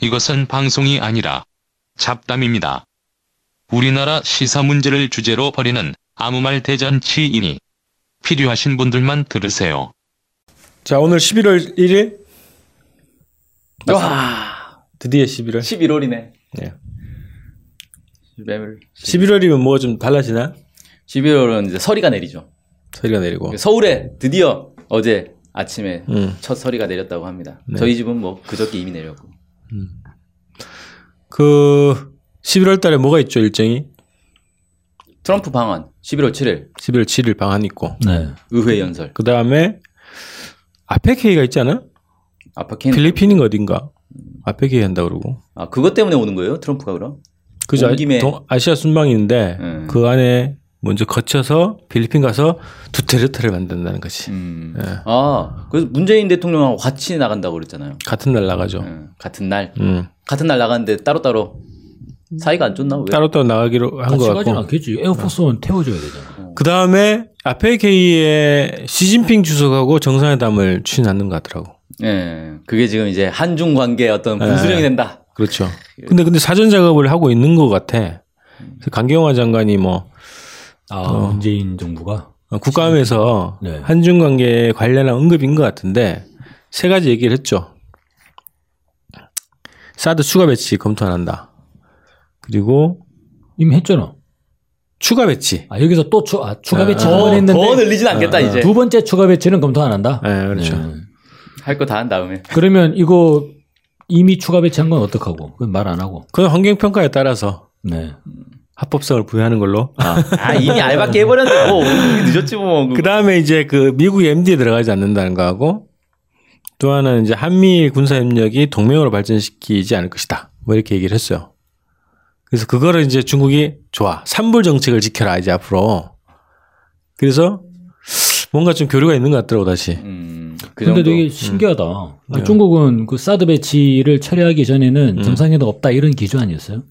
이것은 방송이 아니라 잡담입니다. 우리나라 시사 문제를 주제로 벌이는 아무 말 대잔치이니 필요하신 분들만 들으세요. 자, 오늘 11월 1일 와, 드디어 11월. 11월이네. 네. 11월. 11월이면 뭐가 좀 달라지나? 11월은 이제 서리가 내리죠. 소리가 내리고. 서울에 드디어 어제 아침에 음. 첫 서리가 내렸다고 합니다. 네. 저희 집은 뭐 그저께 이미 내렸고. 그 11월 달에 뭐가 있죠, 일정이? 트럼프 방한 11월 7일 11월 7일 방한 있고. 네. 의회 연설. 그다음에 아페케이가 있지 않아? 아파킨 필리핀인 어딘가. 아페케이 한다 그러고. 아 그것 때문에 오는 거예요? 트럼프가 그럼? 그죠? 온 김에. 아- 동- 아시아 순방인데 음. 그 안에 먼저 거쳐서 필리핀 가서 두테르테를 만든다는 거지. 음. 예. 아 그래서 문재인 대통령하고 같이 나간다고 그랬잖아요. 같은 날 나가죠. 예, 같은 날 음. 같은 날 나갔는데 따로 따로 사이가 안 좋나 왜? 네. 따로따로 나가기로 한 같이 것 가진 같고. 아, 않겠지. 에어포스 원 태워줘야 되잖아. 그 다음에 아페케이의 시진핑 주석하고 정상회담을 추진하는 것 같더라고. 예, 그게 지금 이제 한중 관계 어떤 분수령이 예. 된다. 그렇죠. 근데 근데 사전 작업을 하고 있는 것 같아. 그래서 강경화 장관이 뭐 아, 문재인 정부가. 어, 국감에서 네. 한중 관계 관련한 언급인 것 같은데 세 가지 얘기를 했죠. 사드 추가 배치 검토 안 한다. 그리고 이미 했잖아. 추가 배치. 아, 여기서 또 추, 아, 추가 배치 한 더, 번 했는데. 네. 더 늘리진 않겠다 이제 두 번째 추가 배치는 검토 안 한다? 예, 그렇죠. 네. 할 거 다 한 다음에 그러면 이거 이미 추가 배치한 건 어떡하고? 그건 말 안 하고. 그건 환경 평가에 따라서 네. 합법성을 부여하는 걸로. 아 이미 알바게 해버렸는데 뭐 이미 늦었지 뭐 그 다음에 이제 그 미국 MD에 들어가지 않는다는 거하고 또 하나는 이제 한미일 군사협력이 동맹으로 발전시키지 않을 것이다. 뭐 이렇게 얘기를 했어요. 그래서 그거를 이제 중국이 좋아. 삼불 정책을 지켜라, 이제 앞으로. 그래서 뭔가 좀 교류가 있는 것 같더라고, 다시. 음, 그 근데 정도 되게 신기하다. 아, 중국은 그 사드 배치를 처리하기 전에는 정상회담 없다 이런 기조 아니었어요?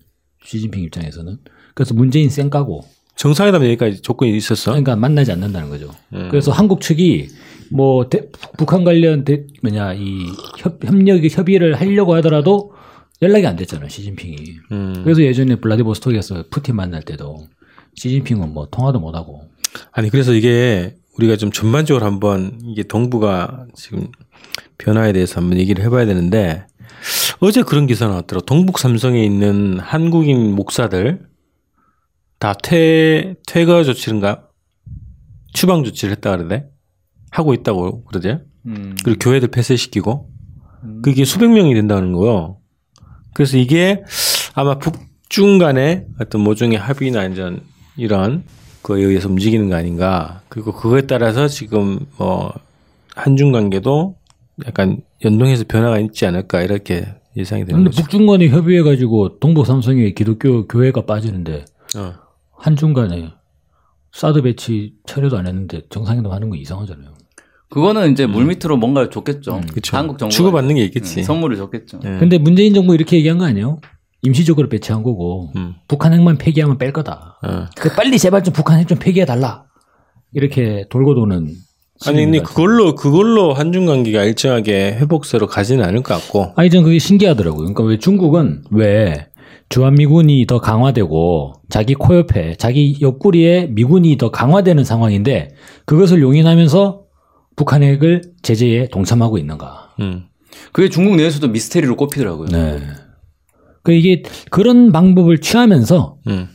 시진핑 입장에서는. 그래서 문재인 쌩 까고. 정상회담 얘기까지 조건이 있었어. 음. 그러니까 만나지 않는다는 거죠. 그래서 한국 측이 뭐 대- 북한 관련 대, 뭐냐 이 협, 협력 협의를 하려고 하더라도 연락이 안 됐잖아요 시진핑이. 음. 그래서 예전에 블라디보스톡에서 푸틴 만날 때도 시진핑은 뭐 통화도 못 하고. 아니, 그래서 이게 우리가 좀 전반적으로 한번 이게 동북아 지금 변화에 대해서 한번 얘기를 해봐야 되는데 어제 그런 기사 나왔더라고. 동북 삼성에 있는 한국인 목사들 다 퇴, 퇴거 조치인가? 추방 조치를 했다 그러대? 하고 있다고 그러대? 음. 그리고 교회들 폐쇄시키고 그게 수백 명이 된다는 거요. 그래서 이게 아마 북중 간의 어떤 모종의 합의나 이런 이런 거에 의해서 움직이는 거 아닌가. 그리고 그거에 따라서 지금 뭐 한중 관계도 약간 연동해서 변화가 있지 않을까 이렇게 예상이 되는 근데 거죠. 북중 간에 협의해 가지고 동북 삼성의 기독교 교회가 빠지는데 어. 한중 간에 사드 배치 처리도 안 했는데 정상회담 하는 거 이상하잖아요. 그거는 이제 물 밑으로 뭔가를 줬겠죠 음, 그쵸. 음. 한국 음, 정부 주고받는 게 있겠지. 선물을 줬겠죠 예. 근데 문재인 정부 이렇게 얘기한 거 아니에요? 임시적으로 배치한 거고 음. 북한 핵만 폐기하면 뺄 거다. 어. 그 빨리 제발 좀 북한 핵 좀 폐기해 달라. 이렇게 돌고 도는. 아니 근데 시기인 것 같아요. 그걸로 그걸로 한중 관계가 일정하게 회복세로 가지는 않을 것 같고. 아니 전 그게 신기하더라고요. 그러니까 왜 중국은 왜 주한미군이 더 강화되고 자기 코옆에 자기 옆구리에 미군이 더 강화되는 상황인데 그것을 용인하면서 북한 핵을 제재에 동참하고 있는가. 음. 그게 중국 내에서도 미스테리로 꼽히더라고요 네. 그 이게 그런 방법을 취하면서 음.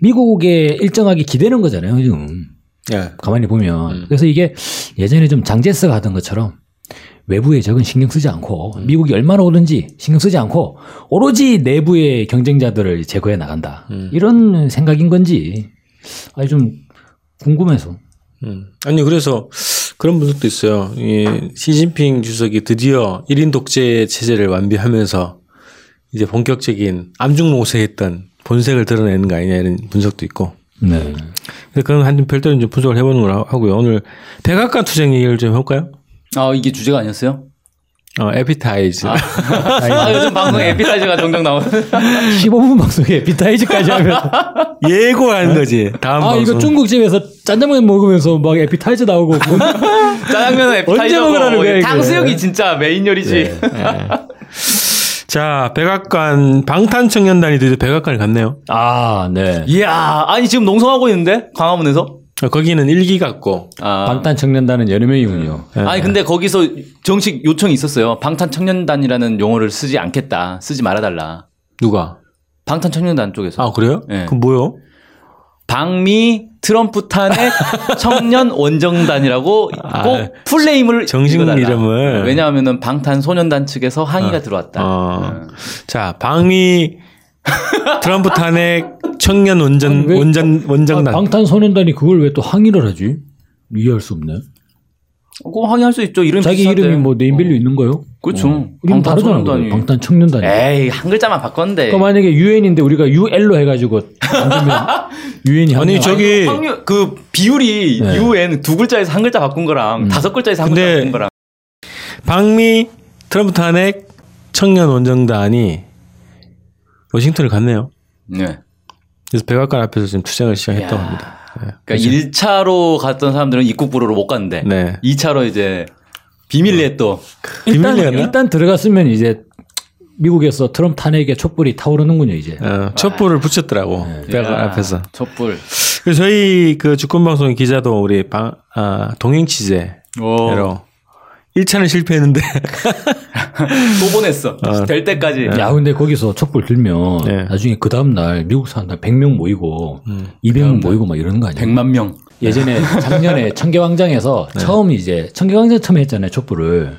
미국에 일정하게 기대는 거잖아요, 지금. 예. 가만히 보면 그래서 이게 예전에 좀 장제스가 하던 것처럼 외부의 적은 신경 쓰지 않고 미국이 얼마나 오든지 신경 쓰지 않고 오로지 내부의 경쟁자들을 제거해 나간다 음. 이런 생각인 건지 아니 좀 궁금해서 음. 아니 그래서 그런 분석도 있어요. 이 시진핑 주석이 드디어 1인 독재 체제를 완비하면서 이제 본격적인 암중노쇠했던 본색을 드러내는 거 아니냐 이런 분석도 있고. 네. 근데 그건 한좀 별도로 좀 분석을 해보는 걸로 하고요. 오늘 백악관 투쟁 얘기를 좀 해볼까요? 아 이게 주제가 아니었어요? 어, 에피타이즈. 아 요즘 방송에 에피타이저가 종종 나오는 15분 방송에 비타이즈까지 하면 예고하는 거지. 다음 아 방송. 이거 중국집에서 짠장면 먹으면서 막 에피타이즈 나오고 짜장면은 에피타이저고 먹으라는 거야, 이게. 탕수육이 진짜 메인 요리지 자, 백악관 방탄청년단이 드디어 백악관을 갔네요. 아, 네. 이야, 아니 지금 농성하고 있는데 광화문에서. 어, 거기는 일기 같고 아. 방탄 청년단은 여러 명이군요. 아니 근데 거기서 정식 요청이 있었어요. 방탄 청년단이라는 용어를 쓰지 않겠다. 쓰지 말아달라. 누가? 방탄 청년단 쪽에서. 아 그래요? 네. 그럼 뭐요? 방미 트럼프 탄핵 청년 원정단이라고 아, 꼭 풀네임을 정식 읽어달라. 이름을. 왜냐하면은 방탄소년단 측에서 항의가 들어왔다. 네. 음. 어. 자, 방미 트럼프 탄핵 청년 아니, 원전 왜- 원전 원정단. 아, 방탄 소년단이 그걸 왜 또 항의를 하지? 이해할 수 없네. 꼭 항의할 수 있죠. 이름 자기 비슷한데. 어. 이름이 뭐 네임밸류 있는 거요? 어. 그렇죠. 이름 다르잖아. 방탄소년단이. 그거. 방탄 청년단이. 에이 한 글자만 바꿨는데. 그러니까 만약에 UN인데 우리가 UL로 해가지고 UN이 아니 저기 확률- 그 비율이 네. UN 두 글자에서 한 글자 바꾼 거랑 다섯 글자에서 한 글자 근데 바꾼 거랑 방미 트럼프 탄핵 청년 원정단이 워싱턴을 갔네요. 네. 그래서 백악관 앞에서 지금 투쟁을 시작했다고 야. 합니다. 그러니까 1차로 갔던 사람들은 입국부로로 못 갔는데 네. 2차로 이제 비밀리에 또 일단 비밀리였나? 일단 들어갔으면 이제 미국에서 트럼프 탄핵의 촛불이 타오르는군요 이제. 어, 촛불을 붙였더라고 백악관 네. 야, 네. 앞에서. 촛불 그래서 저희 그 주권방송 기자도 우리 방, 아, 동행 취재로 오, 1차는 실패했는데 또 보냈어 될 때까지 야 근데 거기서 촛불 들면 네. 나중에 그 다음 날 미국 사람들 100명 모이고 음. 200명 모이고 막 이러는 거 아니야? 100만 그 명 네. 예전에 작년에 청계광장에서 처음 이제 청계광장 처음 했잖아요 촛불을.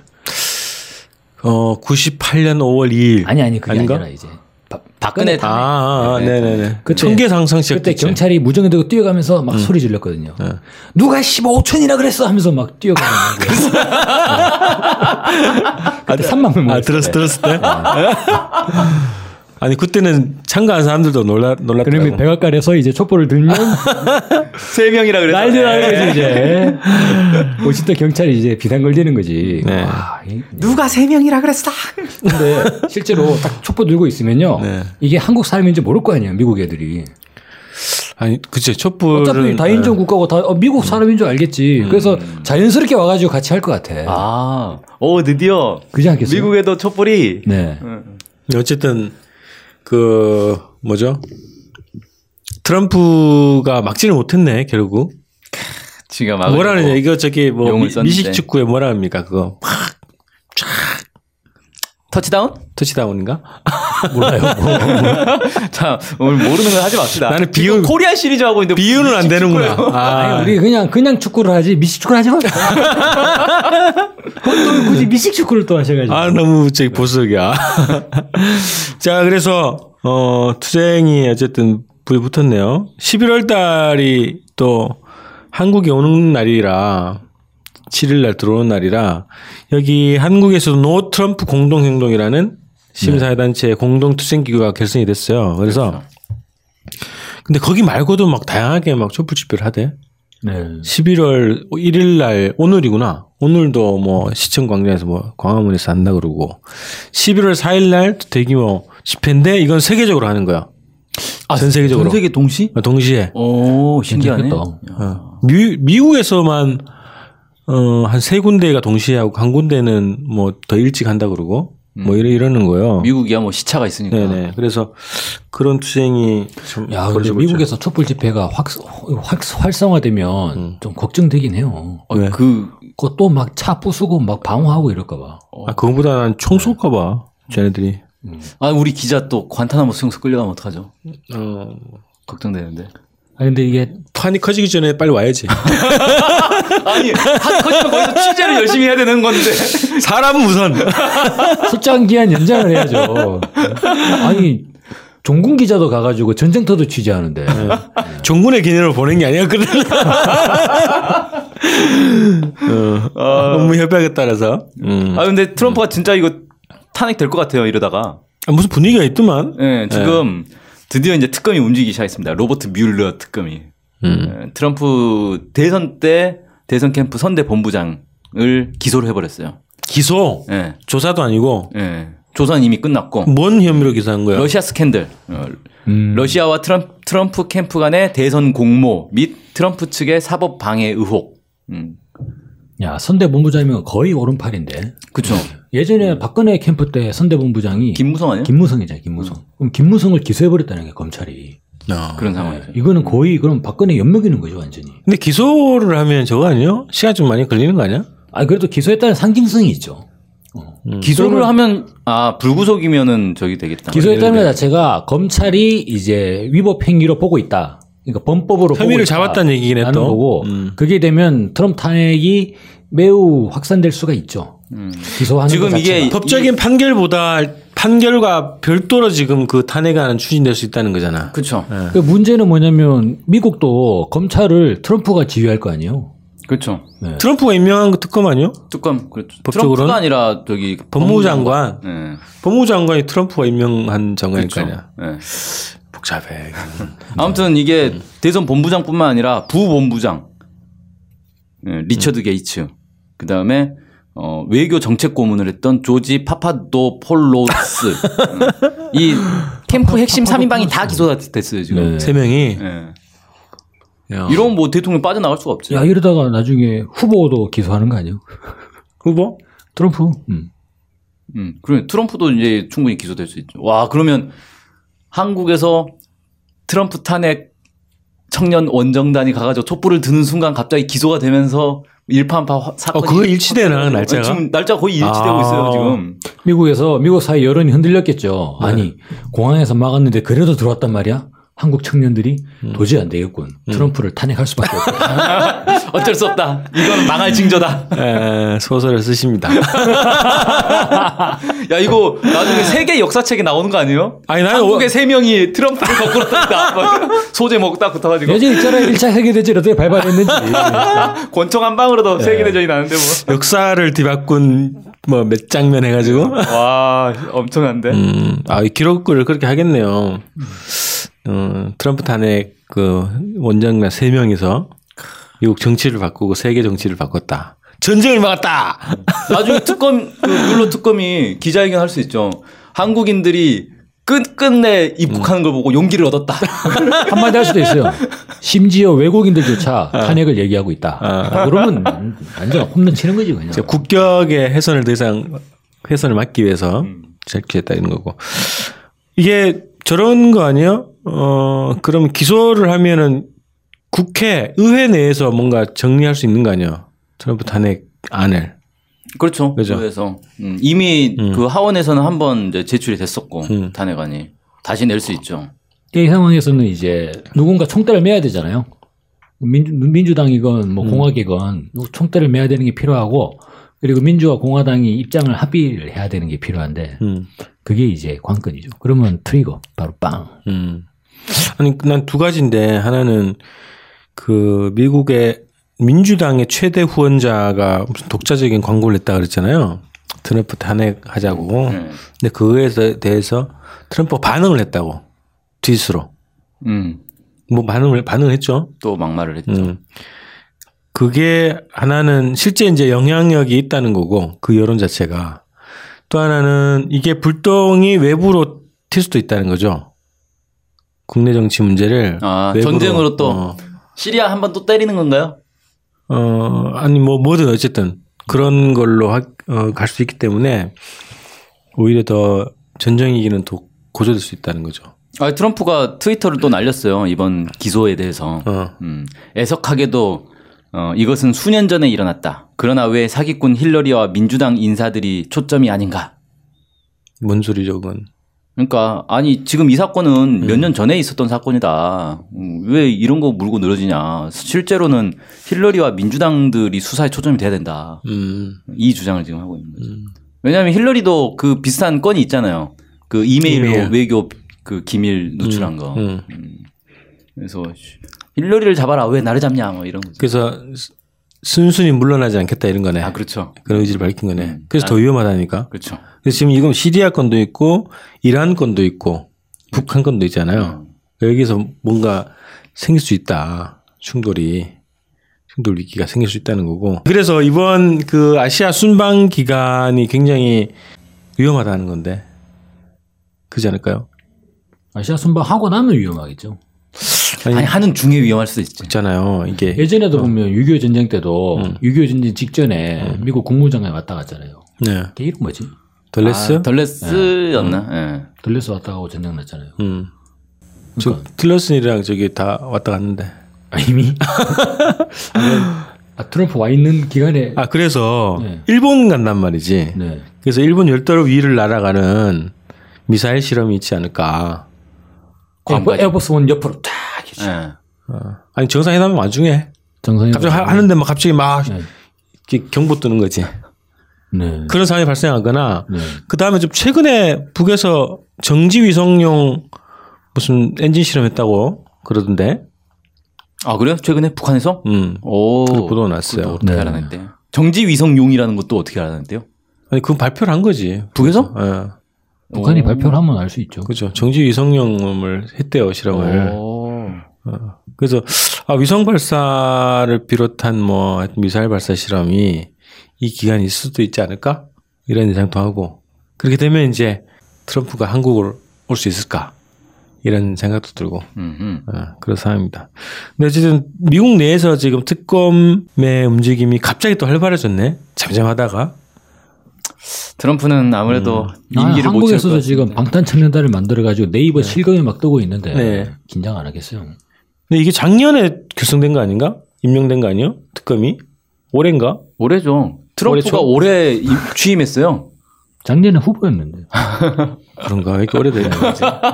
어 98년 5월 2일 아니 아니 그게 아닌가? 아니라 이제 바, 박근혜 박근혜 아, 아, 아, 네. 네네네. 그때- 청계 상상 시작. 그때 경찰이 무정에 들고 뛰어가면서 음. 막 소리 질렀거든요. 네. 누가 15천이라 그랬어 하면서 막 뛰어가는 거예요. 네. 그때 3만 명 아 모였어요. 들었을 들었을 네. 때. 아니 그때는 참가한 사람들도 놀라 놀랐더라고. 그러면 백악관에서 이제 촛불을 들면 세 명이라 그래서 난리 네. 나는 거지 이제. 워싱턴 경찰이 이제 비상 걸리는 거지. 네. 와, 이- 누가 세 명이라 그랬어 근데 실제로 딱 촛불 들고 있으면요. 네. 이게 한국 사람인지 모를 거 아니에요. 미국 애들이. 아니 네. 그치 촛불. 어차피 다인종 국가고 다 어, 미국 사람인 줄 알겠지. 그래서 음. 자연스럽게 와가지고 같이 할 것 같아. 아오 드디어 그지 않겠어요? 미국에도 촛불이 네. 어쨌든 그 뭐죠? 트럼프가 막지를 못했네 결국. 지금 아, 뭐라 그러냐 이거 저기 뭐 용을 미- 썼는데. 미식 축구에 뭐라 합니까 그거 터치다운 터치다운인가? 몰라요. 자 오늘 모르는 거 하지 맙시다 나는 지금 비율- 코리아 시리즈 하고 있는데 비유는 안 되는구나. 아니, 아, 우리 그냥 그냥 축구를 하지 미식 축구를 하지 마. 또 굳이 미식 축구를 또 하셔가지고. 네. 아, 너무 저기 보수적이야. 자, 그래서 어 투쟁이 어쨌든 불이 붙었네요. 11월 달이 또 한국에 오는 날이라 7일 날 들어오는 날이라 여기 한국에서도 노 트럼프 공동 네. 행동이라는 심사회 단체 공동 투쟁 기구가 결성이 됐어요. 그래서 그렇죠. 근데 거기 말고도 막 다양하게 막 촛불 집회를 하대. 네. 11월 1일 날 오늘이구나. 오늘도 뭐 시청 광장에서 뭐 광화문에서 한다 그러고 11월 4일 날 대규모 집회인데 이건 세계적으로 하는 거야. 아, 전 세계적으로 어, 전 세계 동시 동시에 어. 오 신기하네 괜찮겠다. 어. 미, 미국에서만 어, 한 세 군데가 동시에 하고 한 군데는 뭐 더 일찍 한다 그러고 뭐 음. 이러 이러는 거예요. 미국이야 뭐 시차가 있으니까 네네. 그래서 그런 투쟁이 좀 아. 야, 근데 벌어지고 있죠. 미국에서 촛불 집회가 확, 확 활성화되면 좀 걱정되긴 해요. 어, 그 그것도 막 차 부수고 막 방어하고 이럴까봐. 아 그거보다 난 총 쏠까 봐. 쟤네들이. 아, 우리 기자 또 관타나모 수용소 끌려가면 어떡하죠? 어. 걱정되는데. 아니 근데 이게 판이 커지기 전에 빨리 와야지. 아니, 한 커지면 거기서 취재를 열심히 해야 되는 건데. 사람 우선. 석장 기한 연장을 해야죠. 아니 종군 기자도 가가지고 전쟁터도 취재하는데 종군의 기념으로 보낸 게 아니었거든. 어, 너무 협약에 따라서. 음. 아, 근데 트럼프가 진짜 이거 탄핵 될 것 같아요, 이러다가. 아, 무슨 분위기가 있더만. 예, 지금 드디어 이제 특검이 움직이기 시작했습니다. 로버트 뮬러 특검이. 예, 트럼프 대선 때 대선 캠프 선대 본부장을 기소를 해버렸어요. 기소 예, 조사도 아니고 예. 조사는 이미 끝났고. 뭔 혐의로 기소한 거야? 러시아 스캔들. 어, 음. 러시아와 트럼, 트럼프 캠프 간의 대선 공모 및 트럼프 측의 사법 방해 의혹. 음, 야 선대 본부장이면 거의 오른팔인데 그쵸. 예전에 박근혜 캠프 때 선대본부장이 김무성 예? 아니에요? 음. 김무성이잖아요, 김무성. 음. 그럼 김무성을 기소해버렸다는 게 검찰이. 아. 예. 그런 상황이죠. 음. 이거는 거의 그럼 박근혜 연맥이는 거죠, 완전히. 근데 기소를 하면 저거 아니에요? 시간 좀 많이 걸리는 거 아니야? 아, 그래도 기소했다는 상징성이 있죠. 어. 음. 기소를 하면 아 불구속이면은 저기 네, 되겠다. 기소했다는 것 자체가 검찰이 이제 위법 행위로 보고 있다. 그러니까 범법으로 혐의를 보고 있다. 잡았다는 얘기긴 해, 라는 또. 거고 음. 그게 되면 트럼프 탄핵이 매우 확산될 수가 있죠. 음, 기소하는 지금 것 이게 자체가. 법적인 판결보다 판결과 별도로 지금 그 탄핵안은 추진될 수 있다는 거잖아. 그렇죠. 그 문제는 뭐냐면 미국도 검찰을 트럼프가 지휘할 거 아니에요. 그렇죠. 트럼프가 임명한 그 특검 아니요? 특검 그렇죠. 법적으로는? 트럼프가 아니라 저기 법무부 장관. 네. 법무부 장관이 트럼프가 임명한 장관이니까요. 네. 네. 복잡해. 이거는. 아무튼 이게 대선 본부장뿐만 아니라 부본부장 예, 리처드 게이츠 그 다음에 어, 외교 정책 고문을 했던 조지 파파도 폴로스 어, 이 캠프 핵심 3인방이 다 기소됐어요 지금 세 명이. 예. 네. 야. 이런 뭐 대통령 빠져나갈 수가 없지 야 이러다가 나중에 후보도 기소하는 거 아니에요? 후보? 트럼프? 음. 음, 그러면 트럼프도 이제 충분히 기소될 수 있죠 와 그러면 한국에서 트럼프 탄핵 청년 원정단이 가가지고 촛불을 드는 순간 갑자기 기소가 되면서 일파만파 어, 사건이 그거 일치되나, 날짜가? 지금 날짜가 거의 일치되고 아. 있어요 지금. 미국에서 미국 사회 여론이 흔들렸겠죠. 네. 아니 공항에서 막았는데 그래도 들어왔단 말이야. 한국 청년들이 음. 도저히 안 되겠군. 트럼프를 탄핵할 수밖에 없다. 어쩔 수 없다. 이건 망할 징조다. 에, 소설을 쓰십니다. 야 이거 나중에 세계 역사책에 나오는 거 아니에요? 아니, 나는 한국의 어- 세 명이 트럼프를 거꾸로 떴다. 막 소재 먹다 붙어가지고 예전 있잖아요. 1차 세계대전 어떻게 발발했는지. 권총 한 방으로도 예. 세계 대전이 나는데 뭐. 역사를 뒤바꾼 뭐 몇 장면 해가지고. 와 엄청난데. 음, 아, 이 기록을 그렇게 하겠네요. 음, 트럼프 탄핵 그 원장관 세 명이서 미국 정치를 바꾸고 세계 정치를 바꿨다. 전쟁을 막았다. 나중에 특검 그 룰로 특검이 기자회견 할 수 있죠. 한국인들이 끝끝내 입국하는 걸 보고 용기를 얻었다. 한마디 할 수도 있어요. 심지어 외국인들조차 아. 탄핵을 얘기하고 있다. 그러면 완전 홈런 치는 거지 그냥. 이제 국격의 훼손을 더 이상 훼손을 막기 위해서 제기했다 이런 거고. 이게 저런 거 아니에요? 어, 그럼 기소를 하면은 국회, 의회 내에서 뭔가 정리할 수 있는 거 아니에요? 트럼프 탄핵 안을. 그렇죠. 그죠. 그래서 음, 이미 그 하원에서는 한번 이제 제출이 됐었고 음. 탄핵안이 다시 낼 수 있죠. 이 상황에서는 이제 누군가 총대를 매야 되잖아요. 민주, 민주당이건 음. 뭐 공화기건 총대를 매야 되는 게 필요하고 그리고 민주와 공화당이 입장을 합의를 해야 되는 게 필요한데 음. 그게 이제 관건이죠. 그러면 트리거 바로 빵. 음. 아니 난 두 가지인데 하나는 그 미국의 민주당의 최대 후원자가 무슨 독자적인 광고를 했다 그랬잖아요. 트럼프 탄핵하자고. 네. 근데 그거에 대- 대해서 트럼프 반응을 했다고 뒤스로 음, 뭐 반응을 반응했죠. 또 막말을 했죠. 음. 그게 하나는 실제 이제 영향력이 있다는 거고 그 여론 자체가 또 하나는 이게 불똥이 외부로 튈 수도 있다는 거죠. 국내 정치 문제를 아, 외부로, 전쟁으로 또 어, 시리아 한 번 또 때리는 건가요? 어, 아니 뭐 뭐든 어쨌든 그런 걸로 어, 갈 수 있기 때문에 오히려 더 전쟁 이기는 더 고조될 수 있다는 거죠. 아, 트럼프가 트위터를 또 날렸어요. 이번 기소에 대해서. 어. 음, 애석하게도 어, 이것은 수년 전에 일어났다. 그러나 왜 사기꾼 힐러리와 민주당 인사들이 초점이 아닌가? 뭔 소리죠, 그건. 그러니까 아니 지금 이 사건은 몇 년 전에 있었던 사건이다. 음, 왜 이런 거 물고 늘어지냐? 실제로는 힐러리와 민주당들이 수사에 초점이 돼야 된다. 음. 이 주장을 지금 하고 있는 거죠. 왜냐하면 힐러리도 그 비슷한 건이 있잖아요. 그 이메일로 이메일. 외교 그 기밀 누출한 거. 음. 그래서 힐러리를 잡아라 왜 나를 잡냐 뭐 이런 거죠. 그래서 스- 순순히 물러나지 않겠다 이런 거네. 아 그렇죠, 그런 의지를 밝힌 거네. 음. 그래서 더 위험하다니까. 그렇죠. 그래서 지금 이건 시리아 건도 있고 이란 건도 있고 북한 건도 있잖아요. 여기서 뭔가 생길 수 있다. 충돌이. 충돌 위기가 생길 수 있다는 거고. 그래서 이번 그 아시아 순방 기간이 굉장히 위험하다는 건데. 그렇지 않을까요? 아시아 순방 하고 나면 위험하겠죠. 아니, 아니 하는 중에 위험할 수도 있지. 있잖아요. 이게 음. 예전에도 보면 6.25 전쟁 때도 6.25 전쟁 직전에 미국 국무장관이 왔다 갔잖아요. 네. 걔 이름 뭐지? 덜레스? 아, 덜레스였나? 예. 들려서 왔다 가고 전쟁 났잖아요. 음. 저 그러니까 틸러슨이랑 저기 다 왔다 갔는데. 아, 이미 아, 아, 트럼프 와 있는 기간에 아 그래서 네. 일본 간단 말이지. 네. 그래서 일본 열도로 위를 날아가는 미사일 실험이 있지 않을까. 에어- 에어버스 원 옆으로 탁 이렇게 예. 아니 정상회담 와중에 정상이 갑자기 하, 는데막 갑자기 막 이렇게 경보 뜨는 거지. 네. 그런 상황이 발생하거나 네. 그 다음에 좀 최근에 북에서 정지 위성용 무슨 엔진 실험했다고 그러던데. 아 그래요? 최근에 북한에서? 음. 오. 보도 났어요. 그것도 어떻게 네. 알아냈대? 정지 위성용이라는 것도 어떻게 알아냈대요? 아니 그건 발표를 한 거지. 북에서? 예. 북한이 오. 발표를 하면 알 수 있죠. 그죠. 정지 위성용을 했대요 실험을. 오. 그래서 아, 위성 발사를 비롯한 뭐 미사일 발사 실험이 이 기간이 있을 수도 있지 않을까 이런 예상도 하고 그렇게 되면 이제 트럼프가 한국을 올 수 있을까 이런 생각도 들고 음, 음. 아, 그런 상황입니다. 근데 어쨌든 미국 내에서 지금 특검의 움직임이 갑자기 또 활발해졌네. 잠잠하다가 트럼프는 아무래도 아, 임기를 못 채울 것 한국에서도 같은데. 지금 방탄청년단을 만들어가지고 네이버 실검이 막 뜨고 있는데 네. 긴장 안 하겠어요. 근데 이게 작년에 결성된 거 아닌가? 임명된 거 아니요? 특검이 올해인가? 올해죠. 트럼프가 초? 올해 이- 취임했어요. 작년에 후보였는데 아, 그런가? 왜 이렇게 오래되는 거지? 음.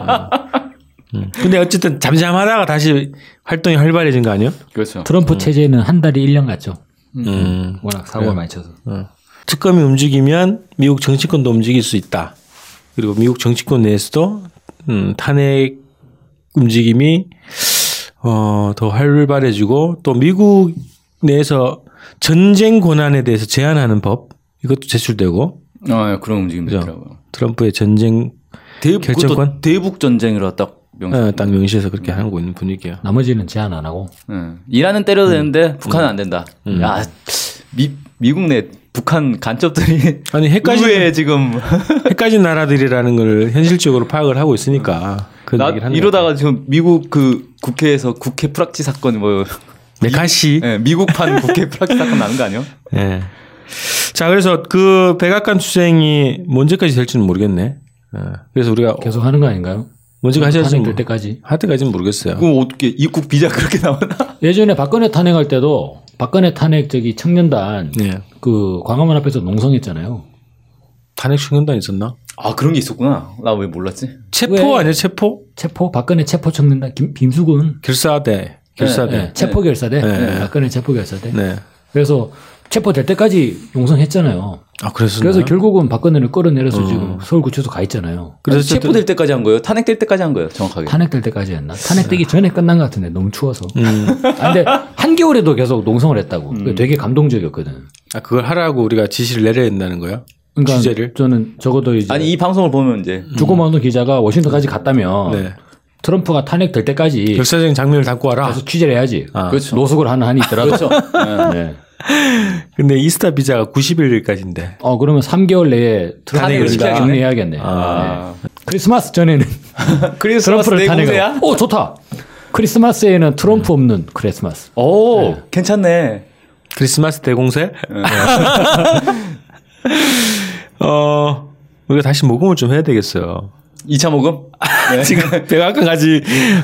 음. 근데 어쨌든 잠잠하다가 다시 활동이 활발해진 거 아니에요? 그렇죠. 트럼프 체제는 한 달이 1년 갔죠. 음. 워낙 사고를 많이 쳐서. 음. 특검이 움직이면 미국 정치권도 움직일 수 있다. 그리고 미국 정치권 내에서도 음, 탄핵 움직임이 어, 더 활발해지고 또 미국 내에서 전쟁 권한에 대해서 제한하는 법 이것도 제출되고 음. 아, 그런 움직임도 그죠. 있더라고요. 트럼프의 전쟁 대북, 결정권? 그것도 대북 전쟁이라 딱 명시. 네, 어, 딱 명시해서 그렇게 하고 있는 분위기예요. 나머지는 제한 안 하고 예. 이란은 때려도 되는데 북한은 안 된다. 야, 미, 미국 내 북한 간첩들이 아니 핵까지 의외에 지금 헷갈린 나라들이라는 걸 현실적으로 파악을 하고 있으니까 그 나, 얘기를 하는 이러다가 지금 미국 그 국회에서 국회 프락치 사건 뭐 네, 메카시. 예, 미국판 국회 프락치 사건 나는 거 아니에요? 예. 자 그래서 그 백악관 투쟁이 언제까지 될지는 모르겠네. 예. 그래서 우리가 계속 하는 거 아닌가요? 언제까지 할지 탄핵 될 는 때까지. 하여튼까지는 모르겠어요. 그럼 어떻게 입국 비자 그렇게 나오나? 예전에 박근혜 탄핵할 때도 박근혜 탄핵 저기 청년단 네. 그 광화문 앞에서 농성했잖아요. 탄핵 청년단 있었나? 아 그런 게 있었구나. 나 왜 몰랐지? 체포 왜? 아니야 체포? 체포 박근혜 체포 청년단 김, 김수근 결사대. 결사대. 네, 체포 결사대 박근혜 체포 결사대. 네. 그래서 체포 될 때까지 용성했잖아요. 아 그래서 그래서 결국은 박근혜를 끌어내려서 지금 서울구치소 가 있잖아요. 그래서 아니, 체포될 때까지 한 거예요? 탄핵될 때까지 한 거예요? 정확하게. 탄핵될 때까지였나? 탄핵되기 전에 끝난 것 같은데 너무 추워서. 음. 아, 근데 한겨울에도 계속 농성을 했다고. 그게 되게 감동적이었거든. 아 그걸 하라고 우리가 지시를 내려야 된다는 거야? 그러니까 취재를? 저는 적어도 이제 아니 이 방송을 보면 이제 조그마한 기자가 워싱턴까지 갔다면 네. 트럼프가 탄핵될 때까지 결사적인 장면을 담고 와라. 어. 계속 취재를 해야지. 아. 그렇죠. 노숙을 하는 한이 있더라도. 그렇죠. 예. 네. 근데 이스타 비자가 91일까지인데. 어 그러면 3개월 내에 트럼프를 탄핵을 시켜야겠네. 정리해야겠네. 아. 네. 크리스마스 전에는 크리스마스 트럼프를 내 탄핵하고. 공세야? 오 좋다. 크리스마스에는 트럼프 없는 크리스마스. 오 괜찮네. 크리스마스 대공세? 어, 우리가 다시 모금을 좀 해야 되겠어요. 2차 모금? 네. 지금 백악관까지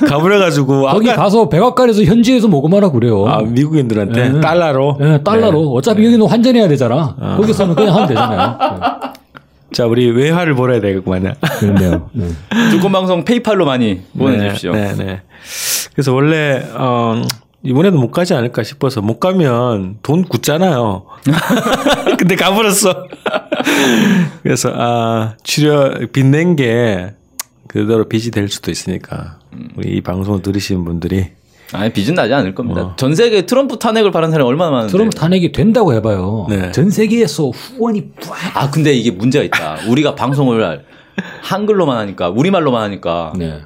가버려가지고 거기 아까 가서 백악관에서 현지에서 모금하라고 그래요. 아, 미국인들한테 네. 달러로 예, 달러로 어차피 여기는 환전해야 되잖아. 거기서는 그냥 하면 되잖아요. 자 우리 외화를 벌어야 되겠구만. 그런데요. 네. 조건 방송 페이팔로 많이 보내주십시오. 네, 네, 네. 그래서 원래 어, 이번에도 못 가지 않을까 싶어서 못 가면 돈 굳잖아요. 근데 가버렸어. 그래서 아 출연 빚낸 게 그대로 빚이 될 수도 있으니까 우리 이 방송을 들으시는 분들이 아니 빚은 나지 않을 겁니다. 전 세계 트럼프 탄핵을 바란 사람이 얼마나 많은데. 어. 트럼프 탄핵이 된다고 해봐요. 네. 전 세계에서 후원이 빡. 아 근데 이게 문제가 있다. 우리가 방송을 한글로만 하니까 우리말로만 하니까 네.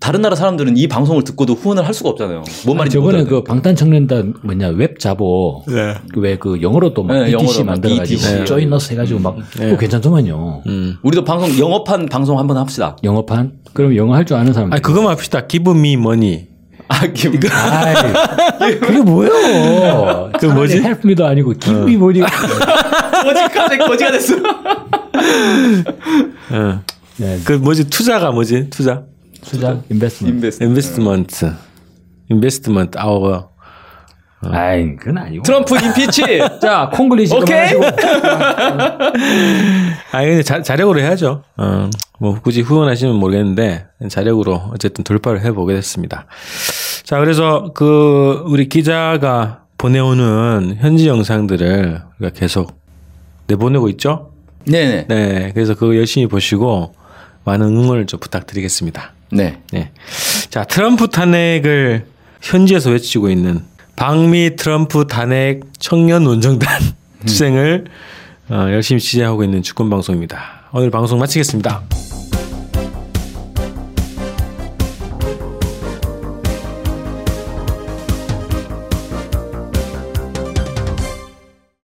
다른 나라 사람들은 이 방송을 듣고도 후원을 할 수가 없잖아요. 뭔 말인지 저번에 못 알아요. 그 방탄청년단 뭐냐 웹 잡어 네. 왜 그 영어로도 막 네, BTC 영어로 막 만들어가지고 BTC. 조인너스 해가지고 막 그거 괜찮더만요. 우리도 방송 영어판 방송 한번 합시다. 영어판? 그럼 영어 할 줄 아는 사람들. 아 그거만 합시다. Give me money. 아 김. 아이, 그게 뭐예요? 어. 그 뭐지? 헬프미도 아니고 기분이 뭐니? 거지가 됐, 거지가 됐어. 예. 네, 그 뭐지 투자가 뭐지 투자 투자 인베스트먼트. 인베스트. 인베스트먼트 인베스트먼트 아워 아이, 그건 아니고. 트럼프 임피치. 음. 자, 콩글리시 오케이. 그만하시고. 아니 근데 자, 자력으로 해야죠 어, 뭐 굳이 후원하시면 모르겠는데 자력으로 어쨌든 돌파를 해보게 됐습니다 자 그래서 그 우리 기자가 보내오는 현지 영상들을 우리가 계속 내보내고 있죠 네네. 네 그래서 그거 열심히 보시고 많은 응원을 좀 부탁드리겠습니다 네. 네. 자, 트럼프 탄핵을 현지에서 외치고 있는 방미 트럼프 탄핵 청년 논정단 투쟁을 어, 열심히 지지하고 있는 주권 방송입니다. 오늘 방송 마치겠습니다.